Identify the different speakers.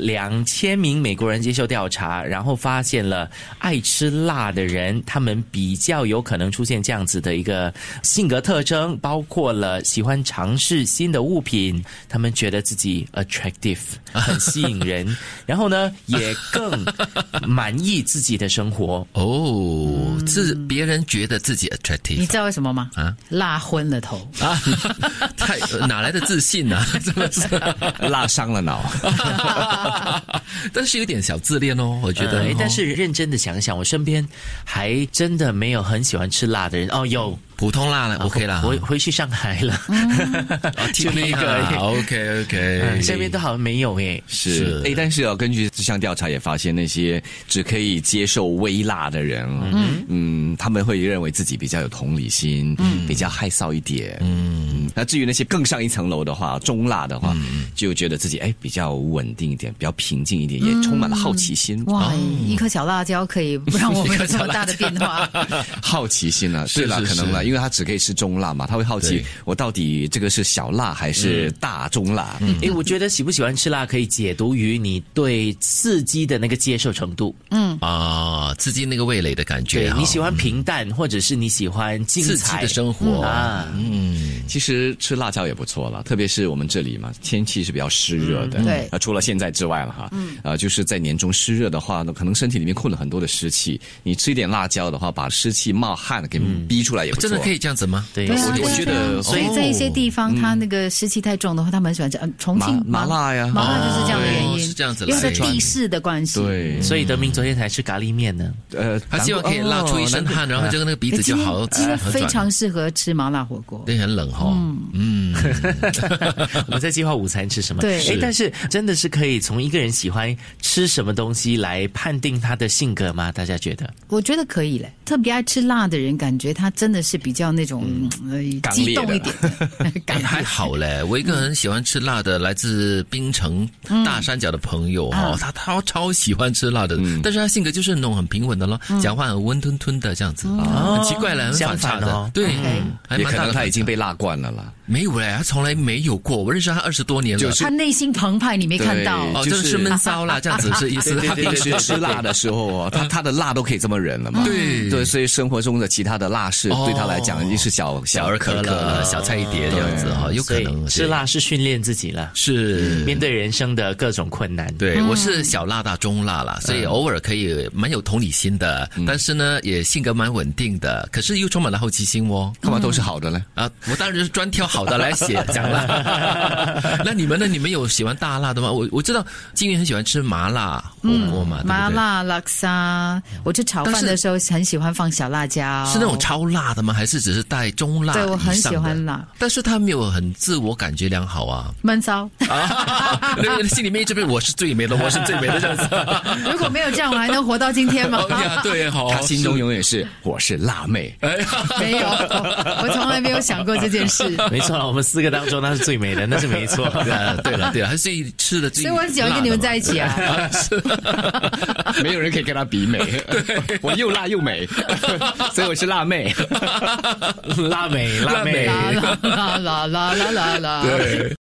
Speaker 1: 两千名美国人接受调查，然后发现了爱吃辣的人，他们比较有可能出现这样子的一个性格特征，包括了喜欢尝试新的物品，他们觉得自己 attractive 很吸引人，然后呢也更满意自己的生活。
Speaker 2: 哦，是
Speaker 1: 嗯
Speaker 2: 别人觉得自己
Speaker 3: 你
Speaker 2: attractive
Speaker 3: 知道为什么吗？
Speaker 2: 啊
Speaker 3: 辣昏了头。
Speaker 2: 啊， 太呃哪来的自信 呢、啊？真的是，
Speaker 4: 辣伤了脑。
Speaker 2: 但是有点小自恋哦，我觉得。
Speaker 1: 对
Speaker 2: 哦，
Speaker 1: 呃哎但是认真的想一想，我身边还真的没有很喜欢吃辣的人哦，有
Speaker 2: 普通辣了，OK 啦。
Speaker 1: 啊
Speaker 2: 嗯哦
Speaker 1: 我回去上海了， 就那一
Speaker 2: 啊
Speaker 1: 个而已。嗯
Speaker 2: ，OK OK，
Speaker 1: 这边都好像没有诶，
Speaker 4: 是，哎，但是啊，根据这项调查也发现，那些只可以接受微辣的人，嗯他们会认为自己比较有同理心，
Speaker 2: 嗯
Speaker 4: 比较害臊一点，嗯。那至于那些更上一层楼的话，中辣的话，
Speaker 2: 嗯
Speaker 4: 就觉得自己哎比较稳定一点，比较平静一点，
Speaker 2: 嗯
Speaker 4: 也充满了好奇心，
Speaker 2: 哦
Speaker 3: 哇，一颗小辣椒可以让 我们有这么大的变化。
Speaker 4: 好奇心啊，对了，
Speaker 2: 是是
Speaker 4: 可能了，因为他只可以吃中辣嘛，他会好奇
Speaker 2: 对嗯
Speaker 4: 我到底这个是小辣还是大中辣，
Speaker 1: 诶，哎我觉得喜不喜欢吃辣可以解读于你对刺激的那个接受程度。
Speaker 2: 啊，刺激那个味蕾的感觉
Speaker 1: 对
Speaker 2: 哈。
Speaker 1: 你喜欢平淡，或者是你喜欢精
Speaker 2: 嗯刺激
Speaker 1: 彩
Speaker 2: 的生活嗯
Speaker 1: 啊？
Speaker 4: 其实吃辣椒也不错了，特别是我们这里嘛，天气是比较湿热的。
Speaker 3: 对
Speaker 4: 呃，除了现在之外了哈，嗯，呃，就是在年中湿热的话，那可能身体里面困了很多的湿气，你吃一点辣椒的话，把湿气冒汗给逼出来也不错。
Speaker 2: 嗯真的可以这样子吗？
Speaker 1: 对，
Speaker 3: 对啊
Speaker 1: 我
Speaker 3: 对
Speaker 1: 我
Speaker 3: 啊
Speaker 1: 觉
Speaker 3: 对啊
Speaker 2: 哦
Speaker 1: 得，
Speaker 3: 所以在一些地方，它那个湿气太重的话，他们很喜欢这样。嗯重庆
Speaker 4: 麻麻辣呀
Speaker 3: 麻辣就是这样的原
Speaker 2: 哦
Speaker 3: 因，
Speaker 2: 是这样子来
Speaker 3: 因为它
Speaker 2: 的
Speaker 3: 地势的关系。哎
Speaker 4: 对，
Speaker 1: 所以德明昨天才吃咖喱面 呢。
Speaker 4: 呃，
Speaker 2: 他希望可以
Speaker 1: 哦
Speaker 2: 拉出一身汗，然后就那个鼻
Speaker 3: 诶
Speaker 2: 子就
Speaker 3: 今天
Speaker 2: 好呃
Speaker 3: 今天
Speaker 2: 很
Speaker 3: 非
Speaker 2: 转
Speaker 3: 常适合吃麻辣火锅。
Speaker 2: 对，很冷哦。嗯，
Speaker 1: 我们在计划午餐吃什么？
Speaker 3: 对
Speaker 1: 诶
Speaker 3: 是
Speaker 1: 但是真的是可以从一个人喜欢吃什么东西来判定他的性格吗？大家觉得？
Speaker 3: 我觉得可以嘞。特别爱吃辣的人，感觉他真的是比较那种嗯呃
Speaker 4: 刚
Speaker 3: 激
Speaker 4: 烈的
Speaker 3: 动一点，
Speaker 2: 哎
Speaker 3: 感
Speaker 2: 还好嘞。我一个很喜欢吃辣的，来自槟城大山脚的朋友哦，他他超喜欢吃辣的，但是他性格就是那种很平稳的咯，讲话很温吞吞的这样子，很奇怪嘞，很
Speaker 1: 相
Speaker 2: 反差
Speaker 1: 反哦
Speaker 2: 的。对，还
Speaker 4: 也
Speaker 2: 蛮
Speaker 4: 可
Speaker 2: 大
Speaker 4: 能
Speaker 2: 的
Speaker 4: 他已经
Speaker 2: 反
Speaker 4: 被辣惯了啦。
Speaker 2: 差没有嘞，他从来没有过。我认识他二十多年了，
Speaker 4: 就是
Speaker 3: 他内心澎湃，你没看到。
Speaker 4: 对
Speaker 2: 哦，
Speaker 4: 就
Speaker 2: 真
Speaker 4: 是
Speaker 2: 的是闷骚啦，这样 子是意思。
Speaker 4: 他平时吃辣的时候，哦他他的辣都可以这么忍了 嘛？
Speaker 2: 对
Speaker 4: 对，所以生活中的其他的辣事
Speaker 2: 哦
Speaker 4: 对他来讲也是小
Speaker 2: 小儿科了，小菜一碟这样子哈，有可
Speaker 1: 所以
Speaker 2: 能
Speaker 1: 吃辣是训练自己了，
Speaker 2: 是
Speaker 1: 面对人生的各种困难。
Speaker 2: 对，我是小辣大中辣啦，所以偶尔可以蛮有同理心的，
Speaker 4: 嗯
Speaker 2: 但是呢，也性格蛮稳定的，可是又充满了好奇心哦。
Speaker 4: 干嘛都是好的呢？
Speaker 2: 啊，我当然是专挑好的来 写讲了。那你们呢？你们有喜欢大辣的吗？我我知道金云很喜欢吃麻辣火锅嘛，对不对
Speaker 3: 嗯麻辣拉沙，我吃炒饭的时候很喜欢放小辣椒，
Speaker 2: 是那种超辣的吗？还是只是带中辣？
Speaker 3: 对我很喜欢，辣
Speaker 2: 但是他没有很自我感觉良好 啊。
Speaker 3: 闷骚。
Speaker 2: 啊，那个心里面一直被我是最美的，我是最美的这样子。
Speaker 3: 如果没有这样，我还能活到今天吗
Speaker 2: 哦？呀，对，好，
Speaker 4: 他心中永远是我是辣妹。
Speaker 2: 哎呀，
Speaker 3: 没有，我从来没有想过这件 事。
Speaker 1: 没错，我们四个当中那是最美的，那是没错。
Speaker 2: 对 啊对了对了，还是吃的最，
Speaker 3: 所以我很喜欢跟你们在一起啊。
Speaker 4: 没有人可以跟她比美。 我又辣又美， 所以我是辣妹。
Speaker 1: 辣美，
Speaker 2: 辣
Speaker 1: 辣
Speaker 2: 美哎
Speaker 1: 美。
Speaker 3: 啦啦啦啦啦啦啦。